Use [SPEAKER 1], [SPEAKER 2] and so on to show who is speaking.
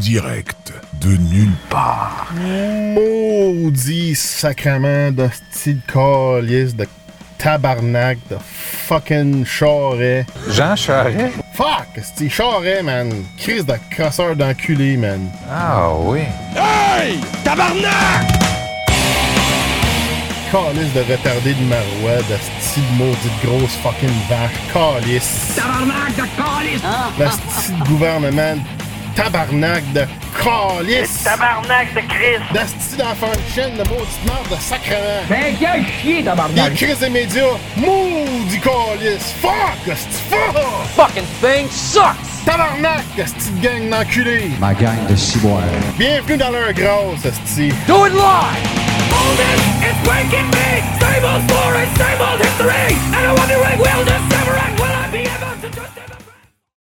[SPEAKER 1] direct de nulle part.
[SPEAKER 2] Maudit sacrement de style calice, de tabarnak, de fucking charret.
[SPEAKER 3] Jean Charest?
[SPEAKER 2] Fuck! C'est charret, man! Crise de crosseur d'enculé, man!
[SPEAKER 3] Ah oui.
[SPEAKER 2] Calice de retardé de marois, de style maudite grosse fucking vache, calice! Tabarnak de calice! Le style gouvernement, tabarnak de calice!
[SPEAKER 4] Tabarnak de Chris.
[SPEAKER 2] De style d'enfant de chaîne, de maudite merde de sacrement!
[SPEAKER 4] Ben, quel chier,
[SPEAKER 2] Les
[SPEAKER 4] tabarnak.
[SPEAKER 2] crises des médias, maudit calice! Fuck! Esti, fuck!
[SPEAKER 4] Fucking thing sucks.
[SPEAKER 2] Tabarnak, petite gang d'enculés!
[SPEAKER 5] Ma gang de ciboire.
[SPEAKER 2] Bienvenue dans leur grâce, esti!
[SPEAKER 4] Do it live.
[SPEAKER 6] Same old story, same old history, and I wonder if we'll just ever end. Will I be able to trust it?